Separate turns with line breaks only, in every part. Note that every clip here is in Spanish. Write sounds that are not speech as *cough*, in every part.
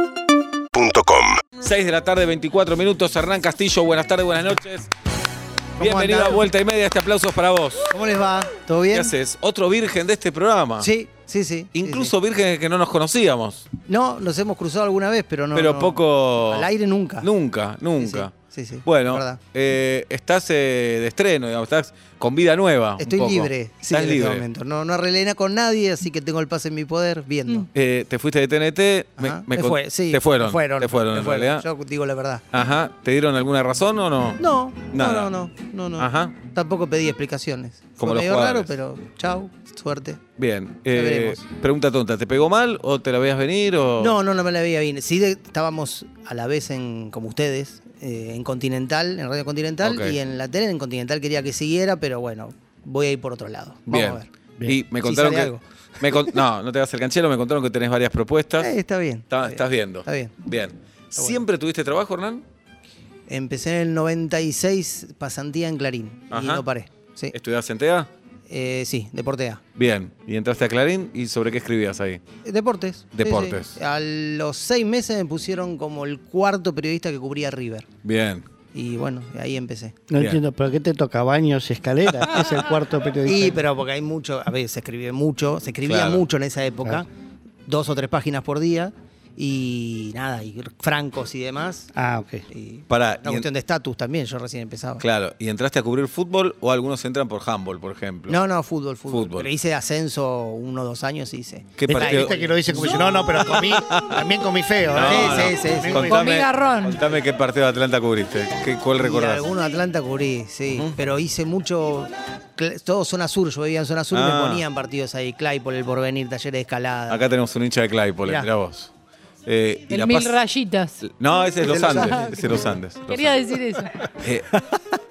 UrbanaPlayFM.com
6 de la tarde, 24 minutos. Hernán Castillo, buenas tardes, buenas noches. Bienvenido
andan?
a Vuelta y Media, este aplauso es para vos.
¿Cómo les va? ¿Todo bien?
¿Qué haces? Otro virgen de este programa.
Sí, sí, sí.
Incluso
sí,
vírgenes que no nos conocíamos,
sí. No, nos hemos cruzado alguna vez, pero no.
pero
no.
poco.
Al aire nunca.
Nunca, nunca.
Sí, sí, sí,
Bueno,
verdad.
eh, estás eh, de estreno, digamos, estás con vida nueva. un
Estoy
poco.
libre. Sí,
Estás
en este
libre.
momento. No, no arreglé nada con nadie, así que tengo el pase en mi poder viendo.
Eh, te fuiste de TNT, me,
Ajá.
me
Me
con-
fue, sí,
te fueron.
me fueron.
Te fueron,
me
en
fueron.
realidad.
Yo digo la verdad.
Ajá. ¿Te dieron alguna razón o no?
No,
Nada.
no, no, no, no, no.
Ajá.
Tampoco pedí explicaciones.
Como
Fue
los
medio raro,
jugadores.
pero chau, suerte.
Bien.
Ya
eh,
veremos.
pregunta tonta, ¿te pegó mal o te la veías venir o
No, no, no me la veía bien. Sí, de- estábamos a la vez en, como ustedes, eh, en Continental, en Radio Continental,
Ok.
y en la tele en Continental quería que siguiera, pero bueno, voy a ir por otro lado. Vamos
Bien.
a ver.
Y me
Si
contaron
sale
que
algo.
me con- no, no te hagas el canchero, me contaron que tenés varias propuestas.
Eh, está bien.
Está- estás viendo.
Está bien.
Bien. ¿Siempre tuviste trabajo, Hernán?
Eh, Empecé en el 96, pasantía en Clarín, y
Ajá.
no paré. Sí,
¿Estudiás en TEA?
Eh, sí deporte A.
Bien. ¿Y entraste a Clarín? ¿Y sobre qué escribías ahí?
Eh, Deportes. Sí,
Deportes.
sí. A los seis meses me pusieron como el cuarto periodista que cubría River.
Bien.
Y bueno, ahí empecé.
No
Bien.
entiendo, ¿pero qué te toca? ¿Baños y escaleras? ¿Qué es el cuarto periodista?
Y pero porque hay mucho, a ver, se escribe mucho, se escribía
Claro.
mucho en esa época,
Claro.
dos o tres páginas por día, y nada, y francos y demás.
Ah, ok.
Y
Pará, y
una
en-
cuestión de estatus también, yo recién empezaba.
Claro. ¿Y entraste a cubrir fútbol o algunos entran por handball, por ejemplo?
No, no, fútbol, fútbol.
Fútbol.
Pero hice ascenso uno o dos años y hice.
¿Qué
Viste-
partido?
viste que lo dice como si no, no, pero comí, también comí feo.
No,
¿eh?
Sí,
no.
sí, sí, sí.
Comí-
Contame,
garrón.
contame qué partido de Atlanta cubriste. ¿Qué, ¿Cuál
Y
recordás?
alguno de Atlanta cubrí, sí. Pero hice mucho. cl- Todo zona sur, yo vivía en zona sur y
Ah.
me ponían partidos ahí, Claypole, el porvenir, talleres de escalada.
Acá tenemos un hincha de Claypole, mirá,
Mirá.
vos. Eh, y
El
La
mil
Paz-
rayitas.
No, ese es
Ese
Los
es Los
Andes.
Andes.
Ese es Los Andes. Los
Quería
Andes.
decir eso.
Eh,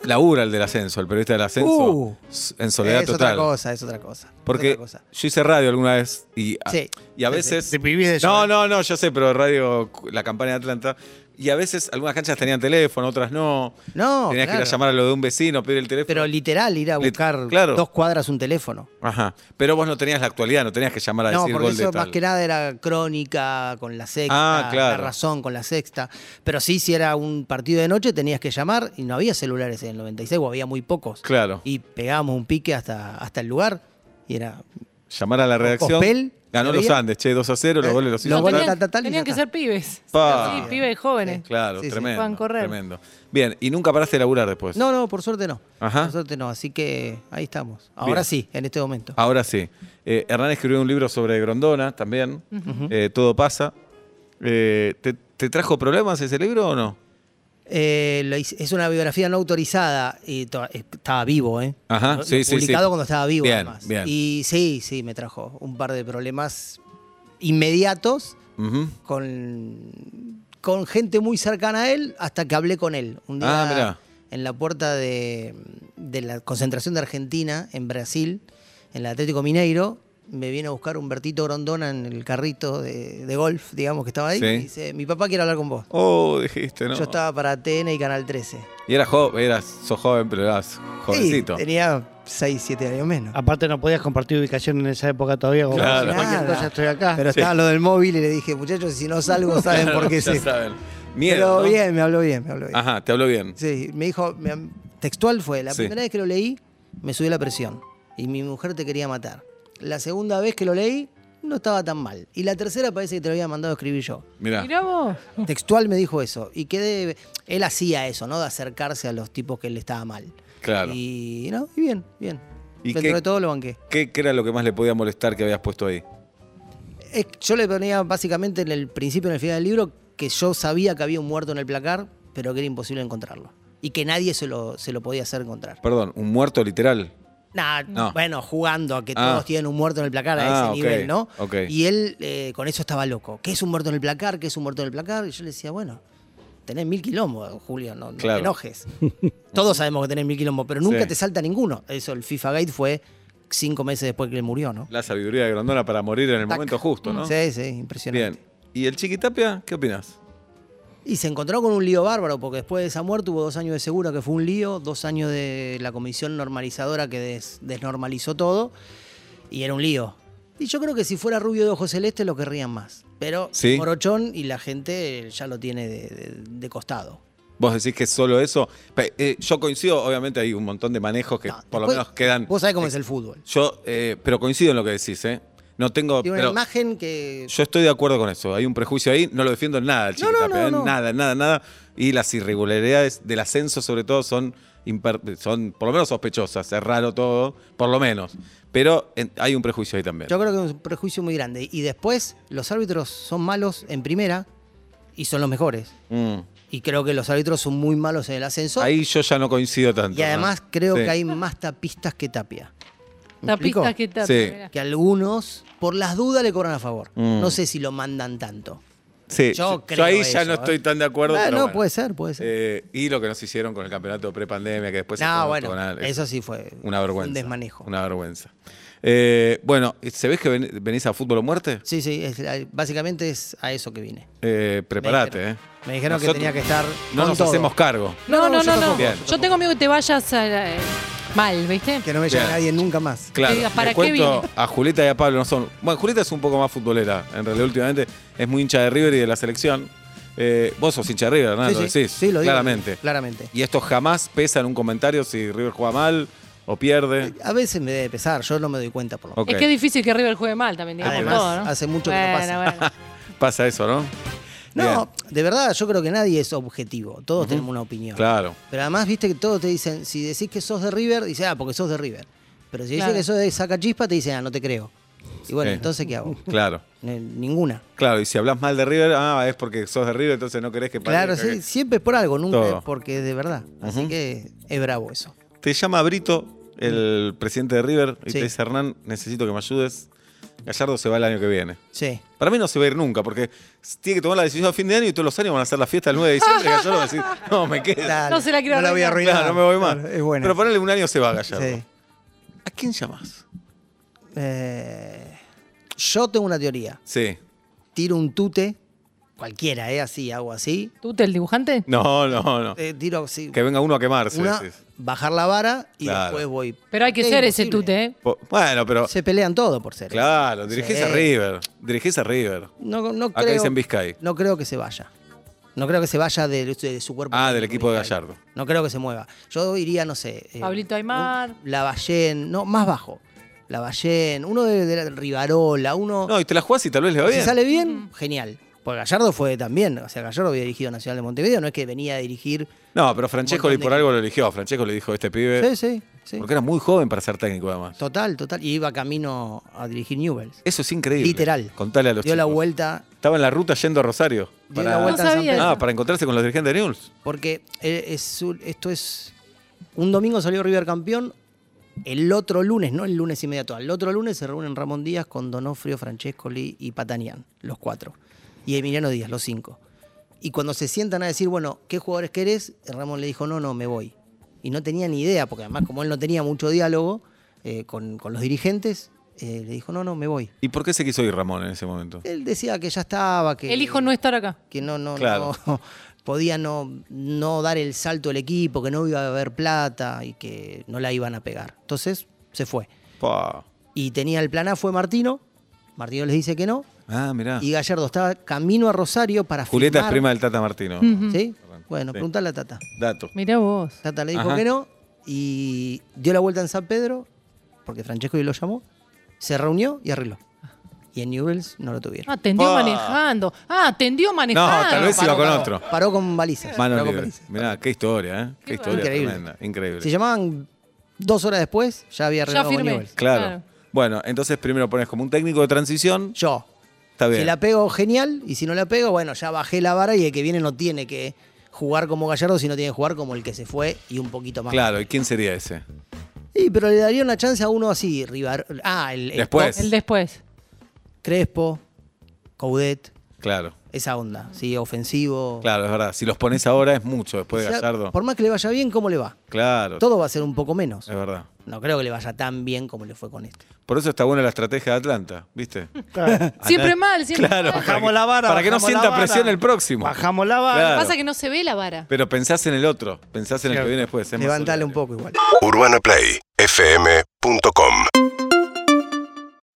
labura el del ascenso, el periodista del ascenso,
Uh.
s- en soledad
es
total.
otra cosa, es otra cosa. es
Porque
otra cosa.
yo hice radio alguna vez y a,
Sí.
y a
Sí,
veces...
Te vivís de
No,
eso.
no, no, yo sé, pero radio, cu- la campaña de Atlanta. Y a veces algunas canchas tenían teléfono, otras no.
No,
Tenías que ir a
claro.
llamar a lo de un vecino, pedir el teléfono.
Pero literal, ir a
Lit-
buscar
claro.
dos cuadras un teléfono.
Ajá. Pero vos no tenías la actualidad, no tenías que llamar a
No,
decir
porque
gol de
eso
tal.
más que nada era crónica con la sexta,
Ah, claro.
la razón con la sexta. Pero sí, si era un partido de noche, tenías que llamar y no había celulares en el 96 o había muy pocos.
Claro.
Y pegábamos un pique hasta, hasta el lugar y era.
Llamar a la redacción.
Cospel,
ganó los
había-
Andes, che, 2 a 0, los
Eh,
goles los hizo
los
No,
goles-
Atlanta.
tal, tal, tal, y
tenían
ya
que
está.
ser pibes.
Pa.
Sí, pibes jóvenes.
Claro,
Sí, sí.
tremendo.
Puedan correr.
Tremendo. Bien, y nunca paraste de laburar después.
No, no, por suerte no.
Ajá.
Por suerte no. Así que ahí estamos. Ahora
Bien.
sí, en este momento.
Ahora sí. Eh, Hernán escribió un libro sobre Grondona también. Eh, Todo pasa. Eh, ¿te, te trajo problemas ese libro o no?
Eh, lo hice- es una biografía no autorizada y to- estaba vivo, ¿eh?
Ajá,
Lo-
sí,
lo
sí, sí.
Publicado cuando estaba vivo,
Bien,
además.
bien.
Y sí, sí, me trajo un par de problemas inmediatos
Ujú.
con, con gente muy cercana a él hasta que hablé con él. Un día
Ah, mirá.
en la puerta de, de la concentración de Argentina en Brasil, en el Atlético Mineiro, me viene a buscar Humbertito Grondona en el carrito de, de golf, digamos, que estaba ahí.
Sí.
Y dice, mi papá quiere hablar con vos.
Oh, dijiste, ¿no?
Yo estaba para TN y Canal 13.
Y eras joven, eras, sos joven, pero eras jovencito. Ah,
Sí, tenía 6, 7 años menos.
Aparte no podías compartir ubicación en esa época todavía. como
Claro.
si cualquier
Nada.
cosa estoy acá.
Pero
Sí.
estaba lo del móvil y le dije, muchachos, si no
*laughs*
salgo, saben por qué
Ya
sí.
saben. Miedo,
Pero
¿no?
bien, me habló bien, me habló bien.
Ajá, te habló bien.
Sí, me dijo, me- textual fue, la
Sí.
primera vez que lo leí, me subió la presión y mi mujer te quería matar. La segunda vez que lo leí, no estaba tan mal. Y la tercera parece que te lo había mandado a escribir yo.
Mirá.
Mirá vos.
Ah.
Textual me dijo eso. Y quedé, él hacía eso, ¿no? De acercarse a los tipos que le estaba mal.
Claro.
Y no, y bien, bien.
¿Y
Dentro
qué-
de todo lo banqué.
¿Qué, qué era lo que más le podía molestar que habías puesto ahí?
Es- yo le ponía básicamente en el principio, en el final del libro, que yo sabía que había un muerto en el placar, pero que era imposible encontrarlo. Y que nadie se lo, se lo podía hacer encontrar.
Perdón, un muerto literal.
Nah,
No.
Bueno, jugando a que
Ah.
todos tienen un muerto en el placar
Ah,
a ese
ok,
nivel, ¿no?
ok.
Y él eh, con eso estaba loco. ¿Qué es un muerto en el placar? ¿Qué es un muerto en el placar? Y yo le decía, bueno, tenés mil quilombos, Julio, no, no
Claro.
te enojes. *laughs* todos sabemos que tenés mil quilombos, pero nunca
Sí.
te salta ninguno. Eso, el FIFA Gate fue cinco meses después que él murió, ¿no?
La sabiduría de Grondona para morir en el
Tac.
momento justo, ¿no?
Sí, sí, impresionante.
Bien. ¿Y el Chiquitapia? ¿Qué opinas?
Y se encontró con un lío bárbaro, porque después de esa muerte tuvo dos años de seguro, que fue un lío, dos años de la comisión normalizadora que des- desnormalizó todo, y era un lío. Y yo creo que si fuera rubio de ojos celeste lo querrían más. Pero
Sí.
morochón y la gente eh, ya lo tiene de, de- de costado.
Vos decís que es solo eso. Pe- eh, yo coincido, obviamente hay un montón de manejos que
No,
Eh, por lo
después-
menos quedan.
Vos sabés cómo es el fútbol.
Yo, eh, pero coincido en lo que decís, ¿eh? No tengo.
Tiene una
pero
imagen que.
yo estoy de acuerdo con eso. Hay un prejuicio ahí, no lo defiendo en nada, el
No, no,
Chiquitape,
no,
¿eh?
no.
Nada, nada, nada. Y las irregularidades del ascenso, sobre todo, son, imper- son por lo menos sospechosas. Es raro todo, por lo menos. Pero en- hay un prejuicio ahí también.
Yo creo que es un prejuicio muy grande. Y después, los árbitros son malos en primera y son los mejores.
Mm.
Y creo que los árbitros son muy malos en el ascenso.
Ahí yo ya no coincido tanto.
y además
¿no?
creo
Sí.
que hay más tapistas que tapia. ¿Me explico?
Tapista que tapa.
Sí.
mirá.
Que algunos, por las dudas, le cobran a favor.
Mm.
No sé si lo mandan tanto.
Sí,
yo
yo, yo
creo
ahí ya
eso,
no
¿eh?
estoy tan de acuerdo.
Ah,
pero
no,
bueno.
puede ser, puede ser.
Eh, y lo que nos hicieron con el campeonato pre-pandemia, que después
no,
fueron
bueno,
octogonales.
eso sí fue
Una
fue
vergüenza.
Un desmanejo.
Una vergüenza. Eh, bueno, ¿se ves que ven- venís a fútbol o muerte?
Sí, sí, es- eh, básicamente es a eso que vine.
Eh,
Me
preparate, ¿eh?
dijeron- me dijeron que tenía que estar
No
con
nos
todo.
hacemos cargo.
No, no,
yo
no, no.
tampoco,
Bien.
yo
Yo tengo miedo que te vayas a la- eh, mal, ¿viste?
Que no me lleve
Bien.
nadie nunca más.
Claro,
digas,
le
¿para qué
cuento
vine?
a Julieta y a Pablo no son. Bueno, Julieta es un poco más futbolera, en realidad últimamente es muy hincha de River y de la selección. Eh, vos sos hincha de River, Hernando, decís,
sí, lo digo.
claramente.
Claramente.
Y esto jamás pesa en un comentario si River juega mal o pierde.
A veces me debe pesar, yo no me doy cuenta por lo menos.
Ok,
Es que es difícil que River juegue mal también, digamos
Además,
todo, ¿no?
hace mucho que no
Bueno,
pasa.
bueno.
pasa eso, ¿no?
No, de verdad, yo creo que nadie es objetivo. Todos tenemos una opinión.
Claro.
Pero además, viste que todos te dicen, si decís que sos de River, dice, ah, porque sos de River. Pero si
Claro.
dices que sos de Sacachispa, te dicen, ah, no te creo. Y bueno,
Sí.
entonces, ¿qué hago?
Claro.
Eh, Ninguna.
Claro, y si hablas mal de River, ah, es porque sos de River, entonces no querés que
Claro,
parezca
sí, siempre es por algo, nunca
Todo.
es porque es de verdad. Así que es bravo eso.
que- Te llama Brito, el presidente de River, y
Sí.
te dice, Hernán, necesito que me ayudes. Gallardo se va el año que viene.
Sí.
Para mí no se va a ir nunca, porque tiene que tomar la decisión a fin de año y todos los años van a hacer la fiesta el 9 de diciembre. y Gallardo va a decir, no, me quedo.
Dale,
No se la quiero
voy a
Claro,
arruinar.
no me voy más.
Claro, Es bueno.
Pero ponele un año se va Gallardo.
Sí.
¿A quién llamás?
Eh, yo tengo una teoría.
Sí.
Tiro un tute, cualquiera, ¿eh? Así, hago así.
¿Tú, el dibujante?
No, no, no.
eh, tiro así.
Que venga uno a quemarse.
una,
decís.
bajar la vara y
Claro.
después voy.
Pero hay que
Es
ser ese
imposible.
tute, ¿eh?
Po- Bueno, pero.
Se pelean todo por ser.
Claro, dirigís a
Sí.
River. Dirigís a River.
No, no
Acá
creo,
dicen Vizcay.
No creo que se vaya. No creo que se vaya de, de su cuerpo.
Ah, del equipo de
Vizcay.
Gallardo.
No creo que se mueva. Yo iría, no sé. eh,
Pablito Aymar.
un- Lavallén, no, más bajo. Lavallén, uno de, de la- Rivarola, uno.
No, y te la jugás y tal vez le va
si
bien.
sale bien, genial. Porque Gallardo fue también, o sea, Gallardo había dirigido Nacional de Montevideo, no es que venía a dirigir.
No, pero Francesco
Un
y
montón
por
de-
algo lo eligió. Francesco le dijo este pibe.
Sí, sí, sí.
Porque era muy joven para ser técnico, además.
Total, total. Y iba camino a dirigir Newells.
Eso es increíble.
Literal.
Contale a los
Dio la
chicos.
vuelta,
Estaba en la ruta yendo a Rosario.
dio la vuelta
No
en San
sabía.
Pedro.
Ah, para encontrarse con los dirigentes de News.
Porque eh, es un- esto es. Un domingo salió River campeón. El otro lunes, no el lunes inmediato, al otro lunes se reúnen Ramón Díaz con Donofrio, Francescoli y Patanian, los cuatro. Y Emiliano Díaz, los cinco. Y cuando se sientan a decir, bueno, ¿qué jugadores querés? Ramón le dijo, no, no, me voy. Y no tenía ni idea, porque además, como él no tenía mucho diálogo eh, con, con los dirigentes, eh, le dijo, no, no, me voy.
¿Y por qué se quiso ir Ramón en ese momento?
Él decía que ya estaba, que.
El hijo no estar acá.
que no, no,
Claro.
no- *laughs* podía no, no dar el salto el equipo, que no iba a haber plata y que no la iban a pegar. Entonces se fue.
Pa.
Y tenía el plan A, fue Martino. Martino les dice que no.
Ah, mirá.
Y Gallardo estaba camino a Rosario para
Julieta es
firmar.
prima del Tata Martino.
Mm.
¿Sí?
Perdón.
Bueno,
Sí.
preguntale a Tata.
Dato.
Mirá vos.
Tata le dijo
Ajá.
que no y dio la vuelta en San Pedro, porque Francesco lo llamó, se reunió y arregló. Y en Newells no lo tuvieron.
Atendió
Pa.
Ah, manejando. Ah, atendió manejando.
tal vez iba con otro.
Paró con balizas.
Mano
paró con
libre.
balizas.
Mirá, qué historia, ¿eh? Qué,
Qué
historia
Increíble.
tremenda. Increíble.
Se llamaban dos horas después, ya había
Ya
arreglado con
firmé.
Newell's.
Claro.
Claro.
Bueno, entonces primero pones como un técnico de transición.
Yo.
Está bien.
Si la pego, genial. Y si no la pego, bueno, ya bajé la vara y el que viene no tiene que jugar como Gallardo, sino tiene que jugar como el que se fue y un poquito más.
Claro, ¿y quién sería ese?
Y, pero le daría una chance a uno así, Rivar. Ah, el, el
Después.
El después.
Crespo, Coudet,
Claro.
esa onda, sí, ofensivo.
Claro, es verdad. Si los pones ahora es mucho
O
después de
sea,
Gallardo.
por más que le vaya bien, ¿cómo le va?
Claro,
Todo va a ser un poco menos.
es verdad.
No creo que le vaya tan bien como le fue con este.
Por eso está buena la estrategia de Atlanta, ¿viste?
*laughs*
*laughs*
Claro.
Siempre mal, siempre
Claro,
mal.
Bajamos la vara.
Para que no
bajamos la
sienta
vara.
presión el próximo.
Bajamos la vara.
Claro.
Pasa que no se ve la vara.
Pero pensás en el otro, pensás en el que
Claro.
viene después. es más
Levantale
solidario.
un poco igual.
UrbanaPlayFM.com